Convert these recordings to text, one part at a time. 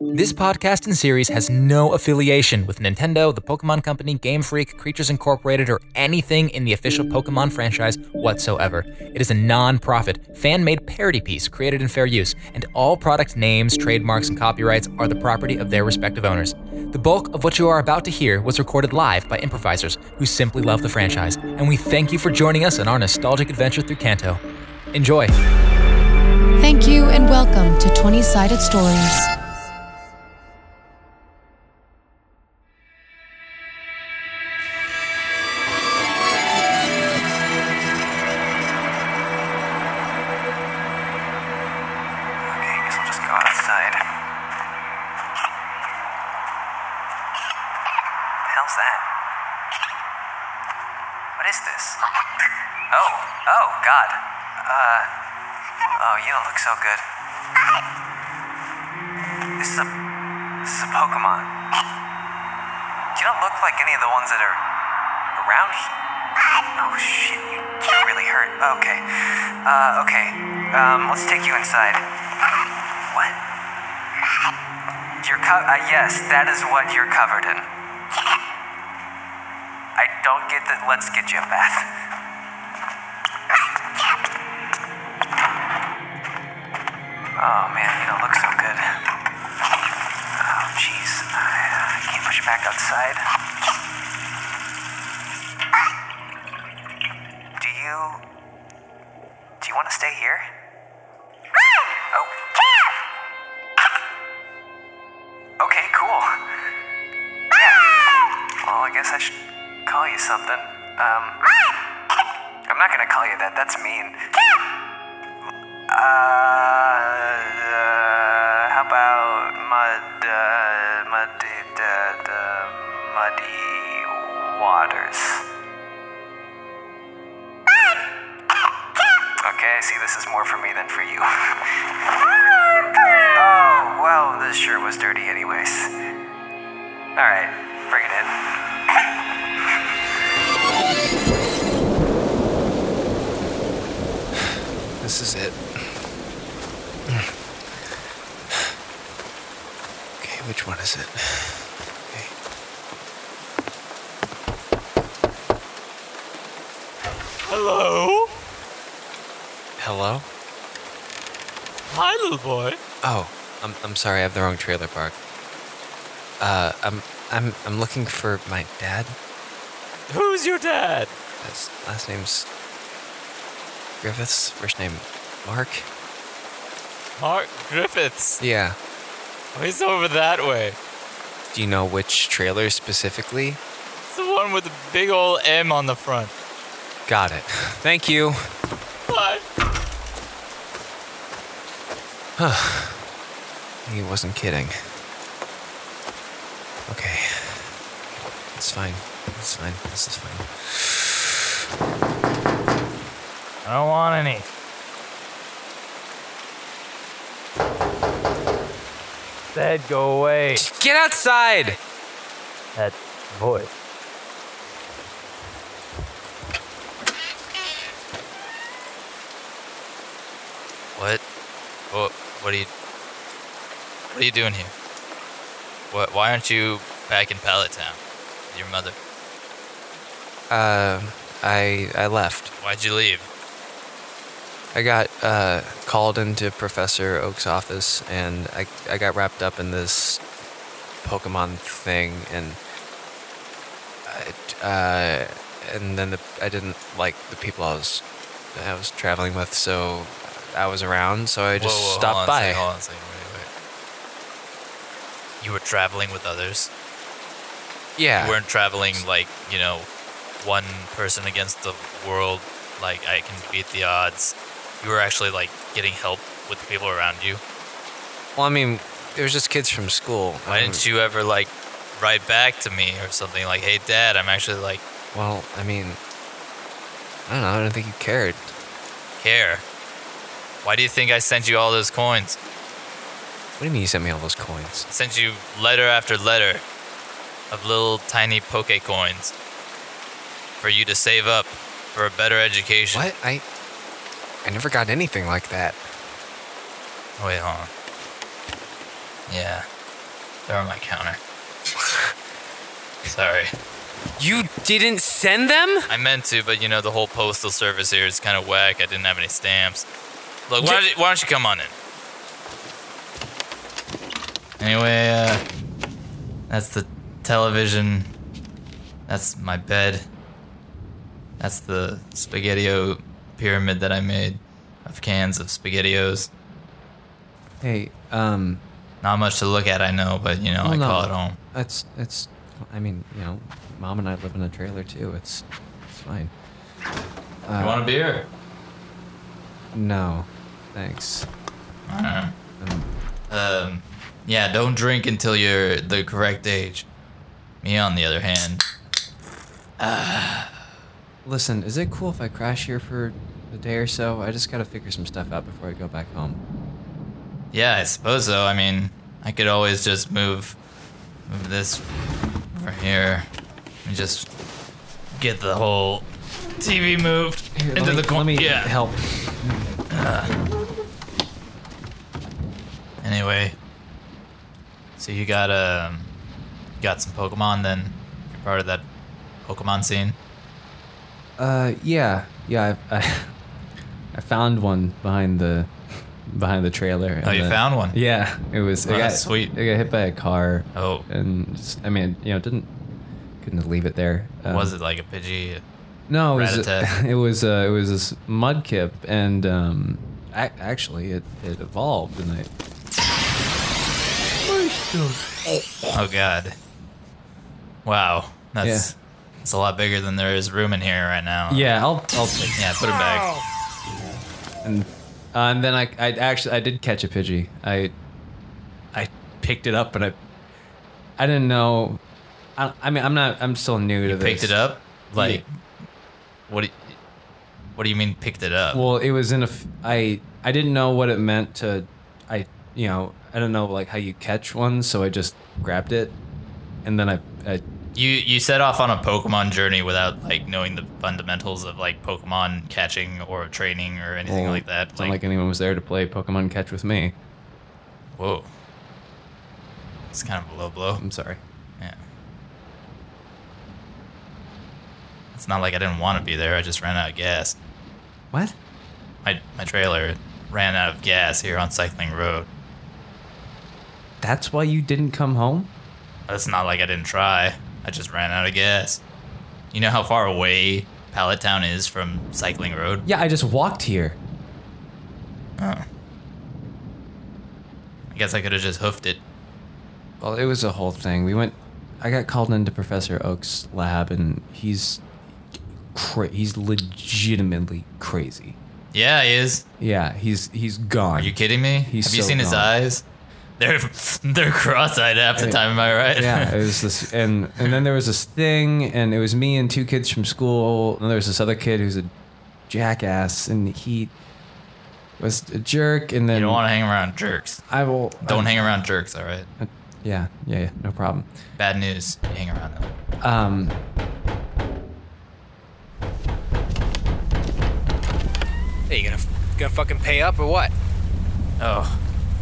This podcast and series has no affiliation with Nintendo, the Pokemon Company, Game Freak, Creatures Incorporated, or anything in the official Pokemon franchise whatsoever. It is a non profit, fan made parody piece created in fair use, and all product names, trademarks, and copyrights are the property of their respective owners. The bulk of what you are about to hear was recorded live by improvisers who simply love the franchise, and we thank you for joining us on our nostalgic adventure through Kanto. Enjoy! Thank you and welcome to 20 Sided Stories. Okay, I guess I'll just go outside. The hell's that? What is this? Oh, oh, God. Uh, oh, you don't look so good. This is a, this is a Pokemon. You don't look like any of the ones that are around here. Oh shit, you you really hurt. Okay. Uh, okay. Um, let's take you inside. What? You're co- uh, yes, that is what you're covered in. I don't get that. Let's get you a bath. Oh man, you don't look so good. Oh jeez, I, uh, I can't push back outside. Do you? Do you want to stay here? Oh. Okay, cool. Yeah. Well, I guess I should call you something. Um. I'm not gonna call you that. That's mean. Uh. uh how about mud? Uh, muddy. Uh, uh, muddy waters. Okay, I see this is more for me than for you. oh, well, this shirt was dirty anyways. Alright, bring it in. This is it. Okay, which one is it? Okay. Hello? Hello? Hi, little boy. Oh, I'm, I'm sorry, I have the wrong trailer park. Uh, I'm I'm I'm looking for my dad. Who's your dad? His last name's Griffiths. First name Mark. Mark Griffiths. Oh, Yeah. He's over that way. Do you know which trailer specifically? It's the one with the big old M on the front. Got it. Thank you. What? He wasn't kidding. Okay. It's fine. It's fine. This is fine. I don't want any. Said go away. Just get outside! That voice. What? What? What are you? What are you doing here? What? Why aren't you back in Pallet Town? with Your mother. Uh, I I left. Why'd you leave? I got uh, called into Professor Oak's office, and I I got wrapped up in this Pokemon thing, and I, uh, and then the, I didn't like the people I was I was traveling with, so I was around, so I Whoa, just whoa, hold stopped on a by. second, hold on a second, wait, wait. You were traveling with others. yeah, You weren't traveling like you know, one person against the world. Like I can beat the odds. You were actually like getting help with the people around you. well, I mean, it was just kids from school. Why Um, didn't you ever like write back to me or something like, "Hey, Dad, I'm actually like Um, Well, I mean, I don't know. I don't think you cared. care. Why do you think I sent you all those coins? What do you mean you sent me all those coins? I sent you letter after letter of little tiny poke coins for you to save up for a better education. What? I I never got anything like that. Wait, hold on. Yeah. They're on my counter. Sorry. You didn't send them? I meant to, but you know, the whole postal service here is kind of whack. I didn't have any stamps. Look, why don't you, why don't you come on in? Anyway, uh, that's the television. That's my bed. That's the spaghettio pyramid that I made of cans of spaghettios. Hey, um, Not much to look at, I know, but you know, Oh, I Hold call on. it home. that's it's. I mean, you know, mom and I live in a trailer too. It's it's fine. You want a beer? No, thanks. Alright. Um, yeah, don't drink until you're the correct age. Me, on the other hand, Listen, is it cool if I crash here for a day or so? I just gotta figure some stuff out before I go back home. yeah, I suppose so. I mean, I could always just move, move this over here and just get the whole TV moved Here, into let me, the corner. let me Yeah. help. Anyway, so you got um, you got some Pokemon then? You're part of that Pokemon scene. Uh, yeah, yeah. I, I, I found one behind the behind the trailer. Oh, and you the- found one? Yeah, it was. Oh, it got, that's sweet. It got hit by a car. Oh. and just, I mean, you know, didn't couldn't leave it there. Um, Was it like a Pidgey? No, it was. Ratata? It was. Uh, it was this mudkip, and um, ac actually, it, it evolved, and I Oh God! Wow, that's it's a lot bigger than there is room in here right now. yeah, I'll I'll take yeah. Put it back. and uh, and then I I actually I did catch a Pidgey. I I picked it up, but I I didn't know. I, I mean, I'm not. I'm still new to this. Picked it up. Like, what? Do you, what do you mean picked it up? Well, it was in a. F- I I didn't know what it meant to. I you know I don't know like how you catch one, so I just grabbed it, and then I. I you you set off on a Pokemon journey without like knowing the fundamentals of like Pokemon catching or training or anything like that. It's not like anyone was there to play Pokemon Catch with me. whoa, it's kind of a low blow. I'm sorry. Yeah. It's not like I didn't want to be there. I just ran out of gas. What? my, my trailer ran out of gas here on Cycling Road. That's why you didn't come home? It's not like I didn't try. I just ran out of gas. You know how far away Pallet Town is from Cycling Road? Yeah, I just walked here. Oh. I guess I could have just hoofed it. Well, it was a whole thing. We went. I got called into Professor Oak's lab, and he's cra- he's legitimately crazy. Yeah, he is. Yeah, he's he's gone. Are you kidding me? He's have you so seen his gone. eyes? They're they're cross-eyed half the time. Am I right? yeah, it was this, and and then there was this thing, and it was me and two kids from school, and there was this other kid who's a jackass, and he was a jerk, and then you don't want to hang around jerks. I will Don't hang around jerks. All right. Yeah, yeah, yeah, no problem. Bad news. Hang around them. Um, Hey, you gonna gonna fucking pay up or what? Oh,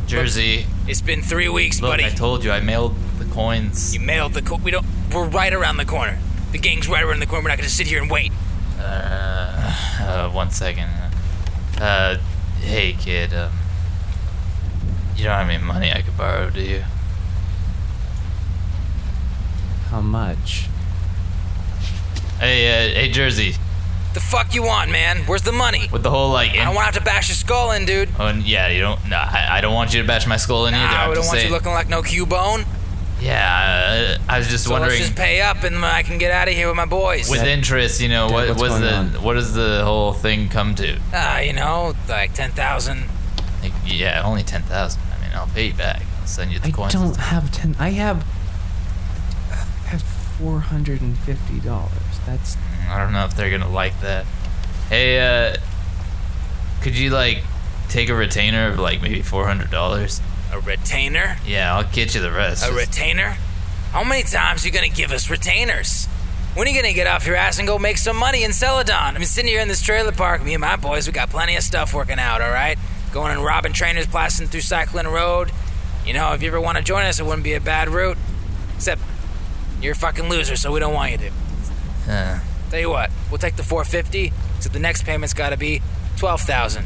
Jersey. It's been three weeks, Look, buddy. I told you I mailed the coins. you mailed the. Co- we don't. We're right around the corner. The gang's right around the corner. We're not gonna sit here and wait. Uh, one second. Uh, hey kid, um, you don't have any money I could borrow, do you? how much? Hey, uh, hey Jersey, The fuck you want, man? Where's the money? with the whole like, in- I don't want to have to bash your skull in, dude. oh, and yeah, you don't. No, I, I don't want you to bash my skull in either. Ah, I'm we don't just want saying, you looking like no Q-bone. Yeah, uh, I was just So wondering. let's just pay up and I can get out of here with my boys. with interest, you know, what what's was going the on? what does the whole thing come to? Ah, you know, like ten thousand. Like, yeah, only ten thousand. I mean, I'll pay you back. I'll send you the I coins. don't have ten. I have I have four hundred and fifty dollars. That's I don't know if they're gonna like that. Hey, uh, could you like take a retainer of like maybe four hundred dollars? A retainer? Yeah, I'll get you the rest. A Just- retainer? How many times are you gonna give us retainers? When are you gonna get off your ass and go make some money in Celadon? I'm sitting here in this trailer park, me and my boys, we got plenty of stuff working out, alright? Going and robbing trainers, blasting through Cycling Road. You know, if you ever want to join us, it wouldn't be a bad route. Except, you're a fucking loser, so we don't want you to. Uh, Tell you what, we'll take the 450, so the next payment's gotta be 12,000.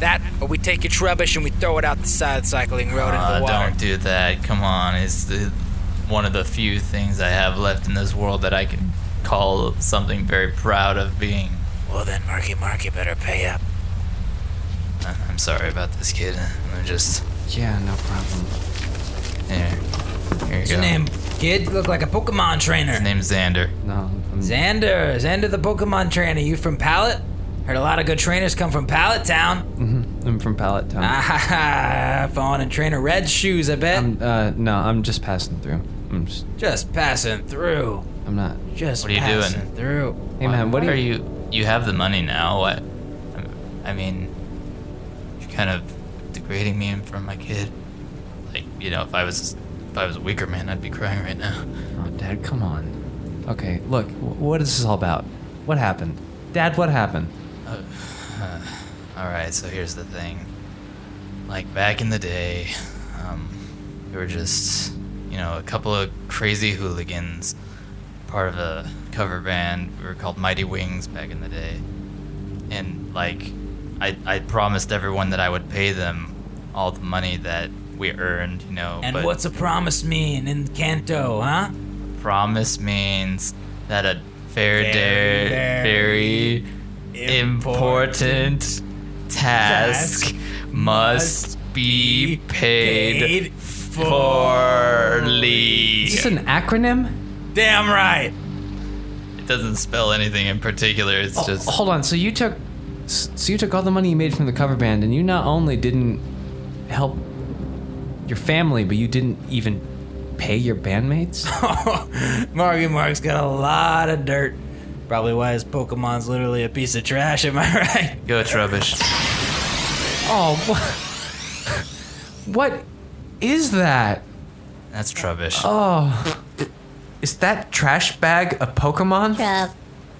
That, or we take your rubbish and we throw it out the side of the cycling road into uh, the water. don't do that. Come on, it's the, one of the few things I have left in this world that I can call something very proud of being. Well then, Marky Mark, you better pay up. Uh, I'm sorry about this kid. I'm just Yeah, no problem. here. Here you What's go. your name, kid? You look like a Pokemon trainer. His name's Xander. No, I'm, Xander, Xander the Pokemon trainer. You from Pallet? Heard a lot of good trainers come from Pallet Town. I'm from Pallet Town. Ah ha ha! Falling in trainer red shoes, I Um, bet. I'm, uh, no, I'm just passing through. I'm just, just passing through. I'm not. Just What are you doing? passing through. Hey man, what are are you? you? You have the money now. What? I mean, you're kind of degrading me in front of my kid. Like, you know, if I was if I was a weaker man, I'd be crying right now. Oh, Dad, come on. Okay, look, wh- what is this all about? What happened, Dad? What happened? All right, so here's the thing. Like back in the day, um, we were just, you know, a couple of crazy hooligans, part of a cover band. We were called Mighty Wings back in the day, and like, I I promised everyone that I would pay them all the money that we earned, you know. And but what's a promise mean in Kanto, huh? promise means that a fair Very, dare, very, important, task, must be paid, paid fairly. Is this an acronym? Damn right. It doesn't spell anything in particular. It's Oh, just hold on. So you took, s- so you took all the money you made from the cover band, and you not only didn't help your family, but you didn't even pay your bandmates. Marky Mark's got a lot of dirt. Probably why his Pokemon's literally a piece of trash, am I right? go it's rubbish. oh, what? what is that? That's rubbish. Oh, is that trash bag a Pokemon?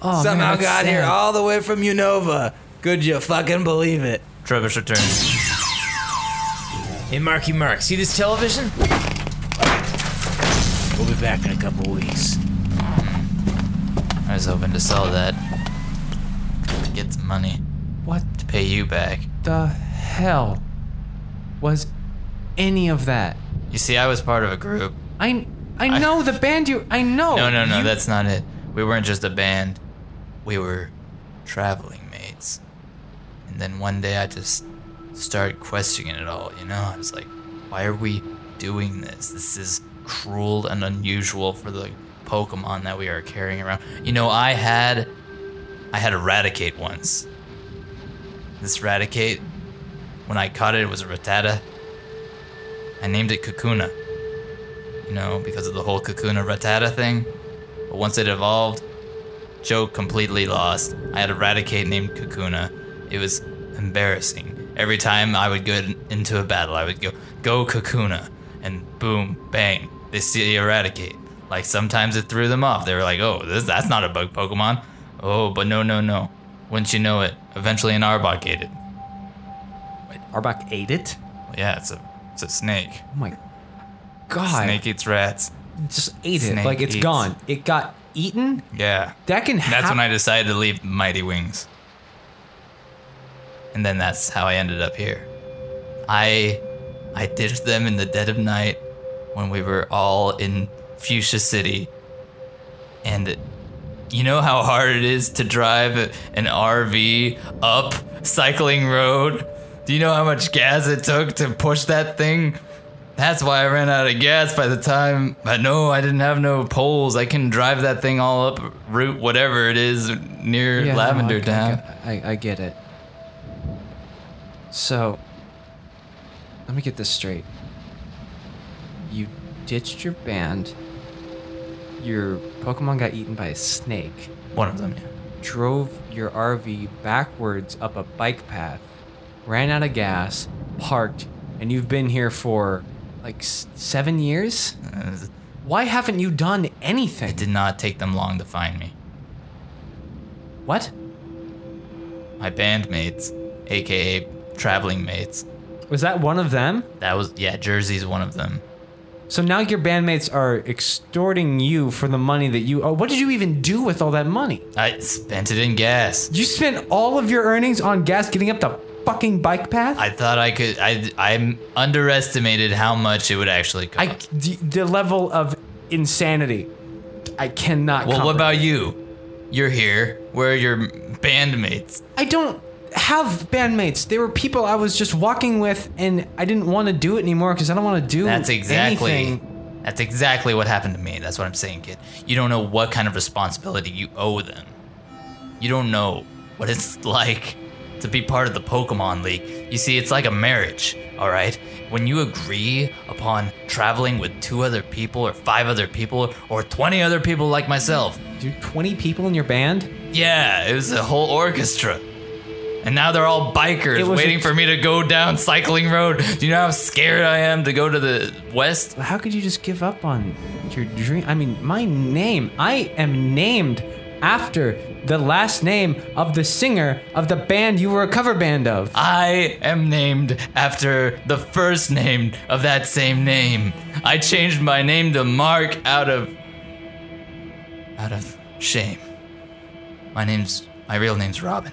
Oh, Somehow man, that's got sad. here all the way from Unova. Could you fucking believe it? Rubbish returns. Hey, Marky Mark, see this television? We'll be back in a couple weeks. I was hoping to sell that, get some money What to pay you back. the hell was any of that? You see, I was part of a group. I I know the band you I know. No, no, no, You- that's not it. We weren't just a band. We were traveling mates. And then one day I just started questioning it all, you know? I was like, why are we doing this? This is cruel and unusual for the Pokemon that we are carrying around. You know, I had I had Eradicate once. This Eradicate, when I caught it, it was a Rattata. I named it Kakuna you know, because of the whole Kakuna Ratata thing. But once it evolved, Joe completely lost. I had a Raticate named Kakuna. It was embarrassing. Every time I would get into a battle, I would go, go Kakuna, and boom, bang, they see Eradicate. Like sometimes it threw them off. They were like, oh, this, that's not a bug Pokemon. Oh, but no, no, no. Wouldn't you know it, eventually an Arbok ate it. Arbok ate it. Yeah, it's a, it's a snake. Oh my god! Snake eats rats. just ate it. Snake Like it's eats. gone. It got eaten. Yeah. That can And happen. That's when I decided to leave Mighty Wings. And then that's how I ended up here. I I ditched them in the dead of night when we were all in Fuchsia City. And it- you know how hard it is to drive an RV up cycling road? Do you know how much gas it took to push that thing? That's why I ran out of gas by the time. I know I didn't have no poles. I couldn't drive that thing all up Route whatever it is near Yeah, no, Lavender I- I- Town. I, I, get it. So, let me get this straight. You ditched your band. Your Pokemon got eaten by a snake. One of them, yeah. Drove your RV backwards up a bike path. Ran out of gas. Parked, and you've been here for like s- seven years. Uh, Why haven't you done anything? It did not take them long to find me. What? My bandmates, aka traveling mates, Was that one of them? That was yeah, Jersey's one of them. So now your bandmates are extorting you for the money that you. Oh, what did you even do with all that money? I spent it in gas. You spent all of your earnings on gas getting up the fucking bike path. I thought I could. I I underestimated how much it would actually cost. I- the, the level of insanity. I cannot. well, what comprehend. about you? You're here. Where are your bandmates? I don't have bandmates. They were people I was just walking with, and I didn't want to do it anymore because I don't want to do That's exactly. anything. That's exactly what happened to me. That's what I'm saying, kid. You don't know what kind of responsibility you owe them. You don't know what it's like to be part of the Pokemon League. You see, it's like a marriage, all right? When you agree upon traveling with two other people, or five other people, or 20 other people like myself, Dude, 20 people in your band? yeah, it was a whole orchestra. And now they're all It bikers was a- waiting for me to go down cycling road. Do you know how scared I am to go to the west? How could you just give up on your dream? I mean, my name, I am named after the last name of the singer of the band you were a cover band of. I am named after the first name of that same name. I changed my name to Mark out of out of shame. My name's my real name's Robin.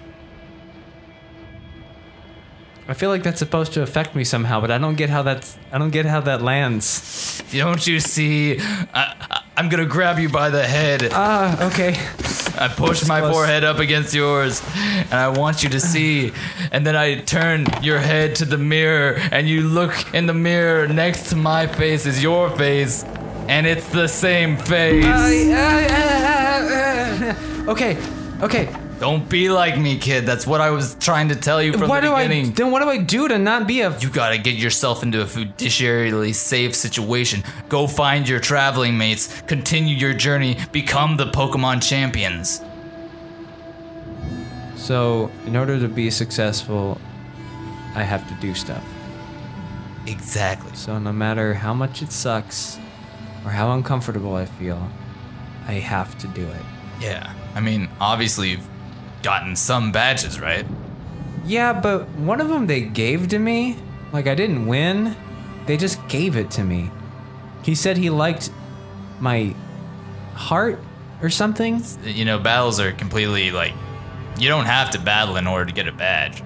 I feel like that's supposed to affect me somehow, but I don't get how that's I don't get how that lands. Don't you see? I, I, am gonna grab you by the head. Ah, okay. I push my close. forehead up against yours, and I want you to see. And then I turn your head to the mirror, and you look in the mirror. Next to my face is your face, and it's the same face. Okay. Okay. Don't be like me, kid. That's what I was trying to tell you from What the do I beginning. then what do I do to not be a you gotta get yourself into a fiduciarily safe situation. Go find your traveling mates, continue your journey, become the Pokemon champions. So, in order to be successful, I have to do stuff. Exactly. So, no matter how much it sucks or how uncomfortable I feel, I have to do it. Yeah. I mean, obviously, you've gotten some badges, right? Yeah, but one of them they gave to me. Like, I didn't win, they just gave it to me. He said he liked my heart or something. You know, battles are completely like. You don't have to battle in order to get a badge.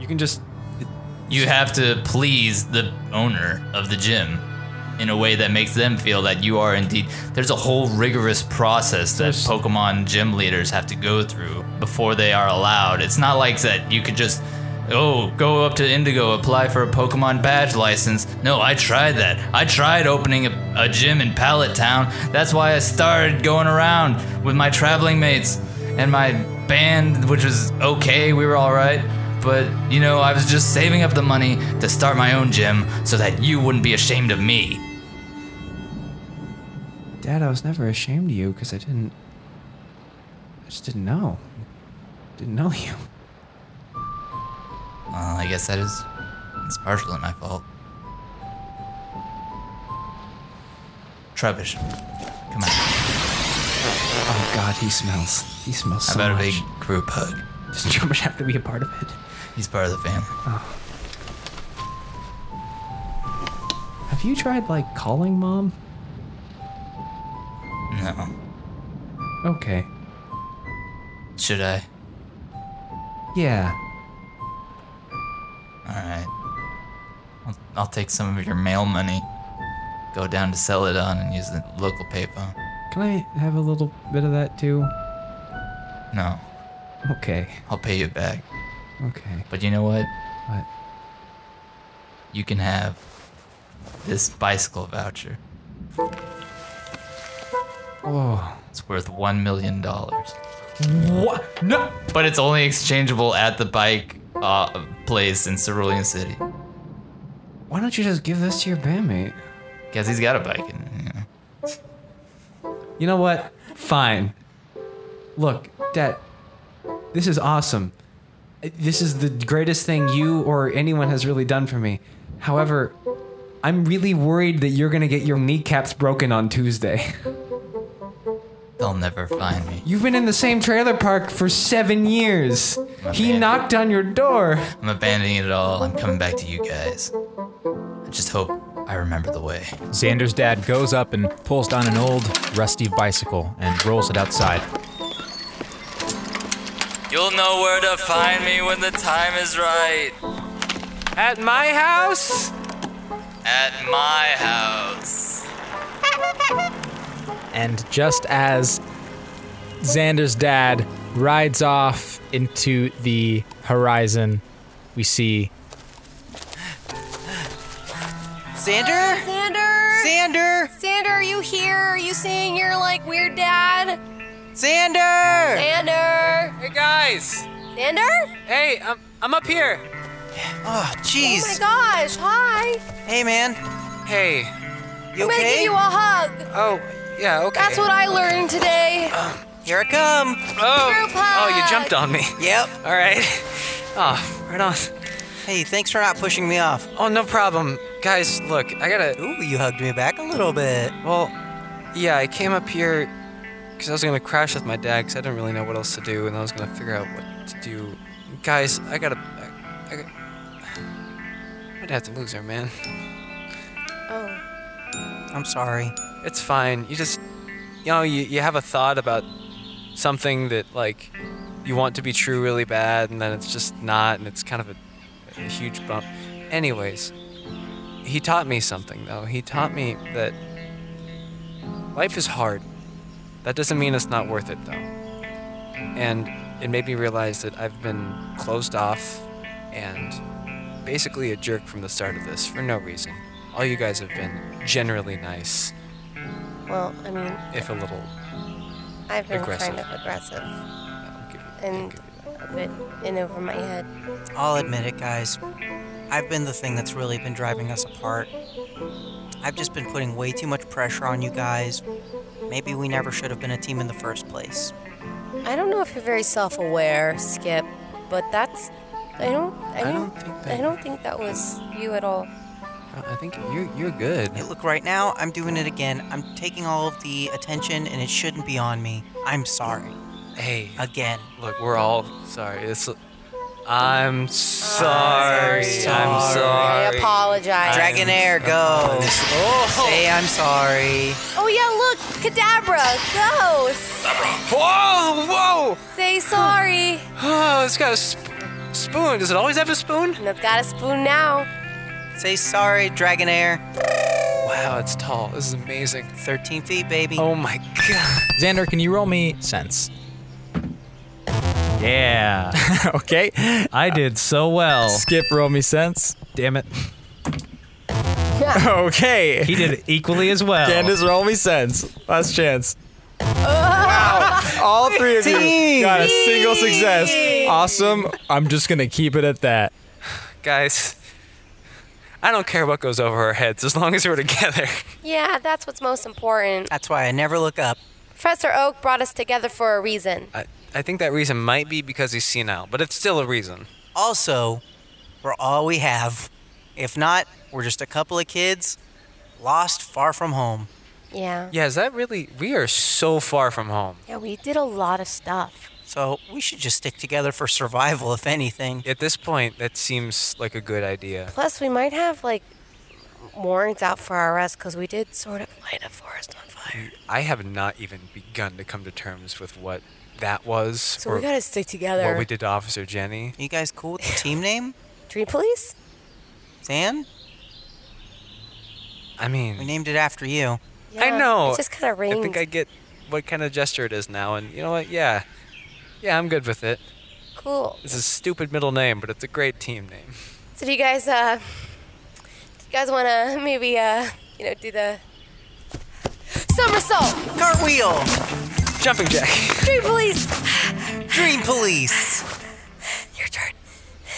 You can just. You have to please the owner of the gym in a way that makes them feel that you are indeed. There's a whole rigorous process that There's- Pokemon gym leaders have to go through before they are allowed. It's not like that you could just, oh, go up to Indigo, apply for a Pokemon badge license. No, I tried that. I tried opening a, a gym in Pallet Town. That's why I started going around with my traveling mates and my band, which was okay. We were all right. But, you know, I was just saving up the money to start my own gym so that you wouldn't be ashamed of me. Dad, I was never ashamed of you because I didn't. I just didn't know. Didn't know you. Well, Uh, I guess that is. It's partially my fault. Trubbish. Come on. How Oh God, he smells. He smells so about a much. big group hug? Does Truman have to be a part of it? He's part of the family. Have you tried like calling mom? No. Okay. Should I? Yeah. Alright. I'll, I'll take some of your mail money, go down to Celadon and use the local payphone. Can I have a little bit of that too? No, Okay. I'll pay you back. Okay. But you know what? What? you can have this bicycle voucher. Oh. It's worth $1 million. What? No. But it's only exchangeable at the bike uh, place in Cerulean City. Why don't you just give this to your bandmate? Because he's got a bike. And, you know. You know what? Fine. Look, Dad. This is awesome. This is the greatest thing you or anyone has really done for me. However, I'm really worried that you're gonna get your kneecaps broken on Tuesday. They'll never find me. You've been in the same trailer park for seven years. I'm He abandoning- knocked on your door. I'm abandoning it all. I'm coming back to you guys. I just hope I remember the way. Xander's dad goes up and pulls down an old, rusty bicycle and rolls it outside. You'll know where to find me when the time is right. At my house? At my house. And just as Xander's dad rides off into the horizon, we see Xander? Xander? Xander? Xander, are you here? Are you saying you're like weird dad? Xander! Xander? Hey guys! Xander? Hey, I'm, I'm up here. Oh, Oh my jeez. gosh, hi. hey, man. Hey. You I'm gonna give okay? you a hug. Oh, yeah, okay. That's what I learned today. Here I come. Oh, Group hug. oh you jumped on me. Yep. All right. Oh, right on. Hey, thanks for not pushing me off. Oh, no problem. Guys, look, I gotta. Ooh, you hugged me back a little bit. Well, yeah, I came up here because I was gonna crash with my dad because I didn't really know what else to do and I was gonna figure out what to do. Guys, I gotta. I, I, gotta- I'd have to lose her, man. Oh, I'm sorry. It's fine. You just, you know, you, you have a thought about something that, like, you want to be true really bad, and then it's just not, and it's kind of a, a huge bump. Anyways, he taught me something, though. He taught me that life is hard. That doesn't mean it's not worth it, though. And it made me realize that I've been closed off and basically a jerk from the start of this for no reason. All you guys have been generally nice well, I mean, if a little. I've been Aggressive. kind of aggressive I'll give you- I'll and give you a bit in over my head. I'll admit it, guys. I've been the thing that's really been driving us apart. I've just been putting way too much pressure on you guys. Maybe we never should have been a team in the first place. I don't know if you're very self-aware, Skip, but that's I don't I, I don't, don't think that- I don't think that was you at all. that. I think you're you're good. Hey, look, right now, I'm doing it again. I'm taking all of the attention, and it shouldn't be on me. I'm sorry. Hey, Again. look, we're all sorry. It's, I'm sorry. I'm I sorry. apologize. Dragonair, go. Say I'm sorry. Oh yeah, look, Cadabra, go. Whoa, Oh, whoa! Say sorry. Oh, it's got a sp- spoon. Does it always have a spoon? And I've got a spoon now. Say sorry, Dragonair. Wow, it's tall. This is amazing. 13 feet, baby. Oh my god. Xander, can you roll me sense? Yeah. okay. I did so well. Skip roll me sense. Damn it. Okay. He did equally as well. Candace, roll me sense. Last chance. All three of you got a single success. Awesome. Um, I'm just gonna keep it at that. Guys, I don't care what goes over our heads as long as we're together. Yeah, that's what's most important. That's why I never look up. Professor Oak brought us together for a reason. I, I think that reason might be because he's senile, but it's still a reason. Also, we're all we have. If not, we're just a couple of kids lost far from home. Yeah. Yeah, is that really? We are so far from home. Yeah, we did a lot of stuff. So we should just stick together for survival, if anything. At this point, that seems like a good idea. Plus, we might have like warrants out for our arrest because we did sort of light a forest on fire. I have not even begun to come to terms with what that was. So we gotta stick together. What we did to Officer Jenny. You guys cool with the team name? Tree police? Zan? I We mean, named it after you. I Yeah, know. It just kind of rained. I think I get what kind of gesture it is now, and you know what? Yeah. Yeah, I'm good with it. Cool. It's a stupid middle name, but it's a great team name. So do you guys, uh, do you guys want to maybe, uh, you know, do the somersault, Cartwheel! Jumping Jack. tree police? Dream Police! Your turn.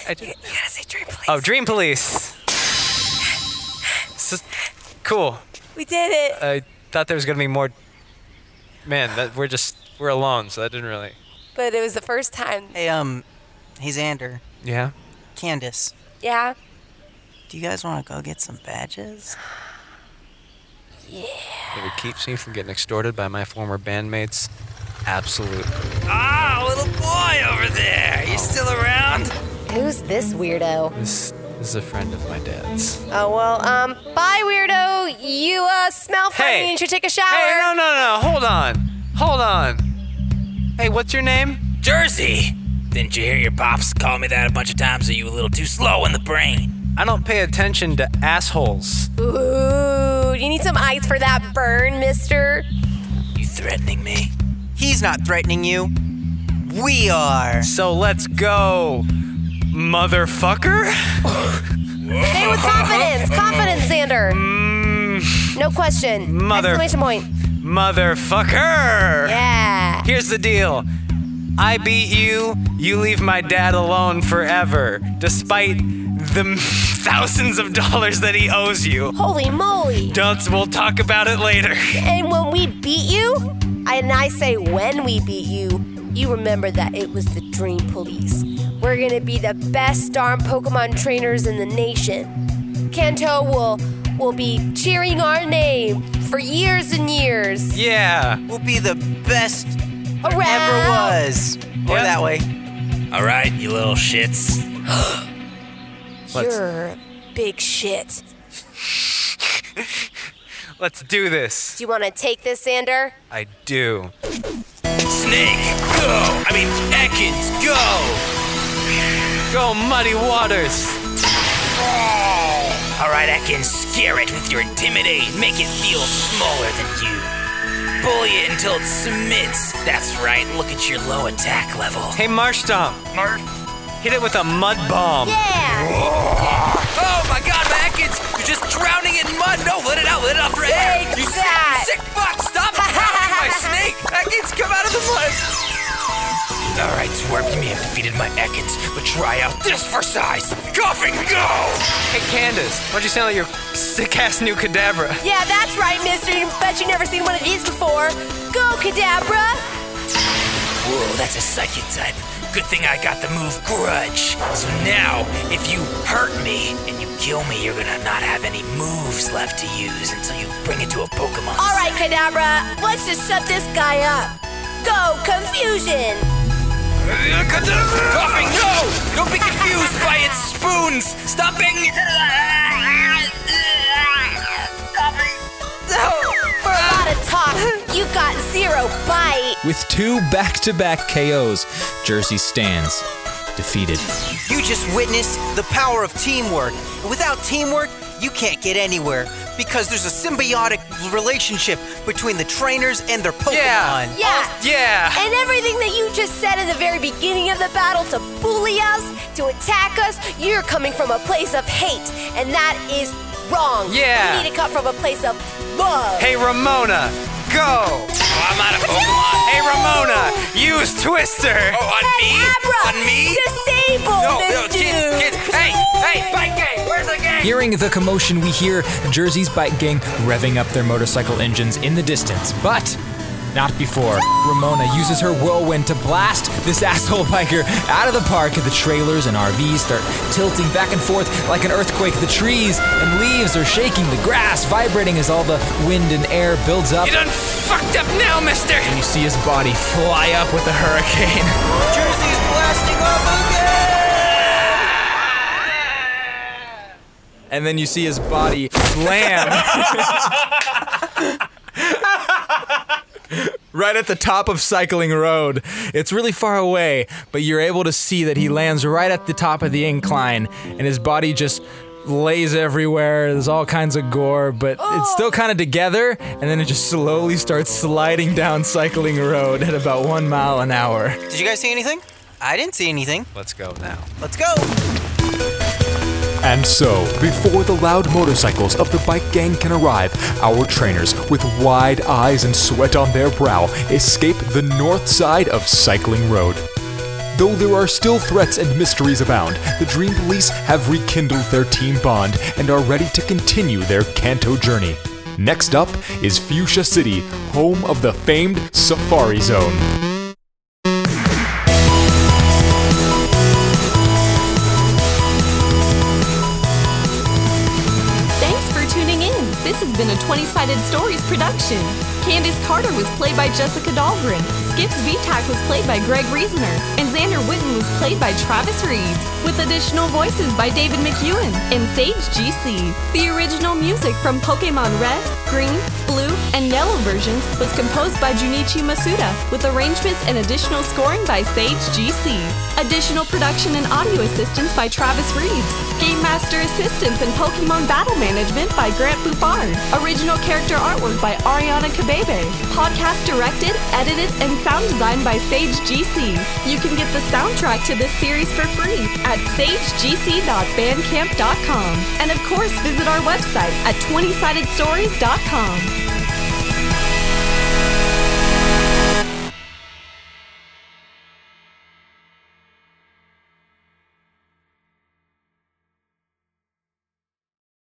I did- You gotta say tree police. oh, Dream Police. This is- cool. we did it. I thought there was gonna be more. Man, that, we're just we're alone, so that didn't really. But it was the first time. Hey, um, he's Xander. Yeah. Candace, Yeah. do you guys want to go get some badges? It keeps me from getting extorted by my former bandmates. absolute. Ah, little boy over there. You still around? Who's this weirdo? This is a friend of my dad's. Oh well, um, bye weirdo. You uh smell funny Hey. and you should take a shower. Hey, no, no, no. Hold on. Hold on. Hey, what's your name? Jersey. Didn't you hear your pops call me that a bunch of times? Are you a little too slow in the brain? I don't pay attention to assholes. Ooh, you need some ice for that burn, mister. You threatening me? He's not threatening you. We are. So let's go, motherfucker. Say with Uh-huh. confidence, confidence, Xander. No question. Mm. Mother- Exclamation point. Motherfucker. Yeah. Here's the deal. I beat you, you leave my dad alone forever, despite the thousands of dollars that he owes you. Holy moly. Dunce, we'll talk about it later. And when we beat you, and I say when we beat you, you remember that it was the Dream Police. We're gonna be the best darn Pokemon trainers in the nation. Kanto will will be cheering our name for years and years. Yeah. We'll be the best Around. ever was. Or Yep. that way. All right, you little shits. Let's- You're big shit. Let's do this. Do you wanna take this, Xander? I do. Snake, go. I mean, Ekans, go. Go, muddy waters. All right, Ekans, scare it with your intimidate. Make it feel smaller than you. Bully it until it submits. That's right. Look at your low attack level. Hey, Marsh Stomp. Hit it with a mud bomb. Yeah! Oh my God, Ekans, you're just drowning in mud. No, let it out. Let it out for air. Take You sick, that. sick fuck. Stop drowning my snake. Ekans, come out of the mud. All right, Swerve, you may have defeated my Ekans, but try out this for size. Coughing, go. Hey, Candace, why'd you sound like your sick ass new cadabra? Yeah, that's right, mister. You bet you've never seen one of these before. Go, Kadabra! Whoa, that's a psychic type. Good thing I got the move Grudge. So now, if you hurt me and you kill me, you're gonna not have any moves left to use until you bring it to a Pokemon. All right, Kadabra, let's just shut this guy up. Go, confusion! Coughing, no! Don't be confused by its spoons! Stop being. Coughing, For a lot of talk, you got zero bite. With two back to back KOs, Jersey stands defeated. You just witnessed the power of teamwork. And without teamwork, you can't get anywhere because there's a symbiotic relationship between the trainers and their Pokemon. Yeah. Oh, Yeah. Yeah. And everything that you just said in the very beginning of the battle to bully us, to attack us, you're coming from a place of hate, and that is wrong. Yeah. You need to come from a place of love. Hey, Ramona, go. Oh, I'm out of Pokemon. Hey, Ramona, use Twister. Oh, on Hey, me? Abra, On me? Disable No, this no, dude. kids, kids. Hey, hey, bike gang, where's the gang? Hearing the commotion, we hear Jersey's bike gang revving up their motorcycle engines in the distance, but not before Ramona uses her whirlwind to blast this asshole biker out of the park. The trailers and RVs start tilting back and forth like an earthquake. The trees and leaves are shaking, the grass vibrating as all the wind and air builds up. You done fucked up now, mister! And you see his body fly up with a hurricane. Jersey's blasting off again! And then you see his body slam. right at the top of Cycling Road. It's really far away, but you're able to see that he lands right at the top of the incline, and his body just lays everywhere. There's all kinds of gore, but it's still kind of together, and then it just slowly starts sliding down Cycling Road at about one mile an hour. Did you guys see anything? I didn't see anything. Let's go now. Let's go. And so, before the loud motorcycles of the bike gang can arrive, our trainers, with wide eyes and sweat on their brow, escape the north side of Cycling Road. Though there are still threats and mysteries abound, the Dream Police have rekindled their team bond and are ready to continue their Kanto journey. Next up is Fuchsia City, home of the famed Safari Zone. Thanks for tuning in. This has been a 20 Sided Stories production. Candace Carter was played by Jessica Dahlgren. Skips VTAC was played by Greg Reasoner. And Xander Witten was played by Travis Reeves, with additional voices by David McEwen and Sage GC. The original music from Pokemon Red, Green, Blue, and Yellow versions was composed by Junichi Masuda, with arrangements and additional scoring by Sage GC. Additional production and audio assistance by Travis Reeves. Game Master assistance and Pokemon battle management by Grant Bouffard. Original character artwork by Ariana Kabebe. Podcast directed, edited, and sound designed by Sage GC. You can get the soundtrack to this series for free at sagegc.bandcamp.com. And of course, visit our website at 20sidedstories.com.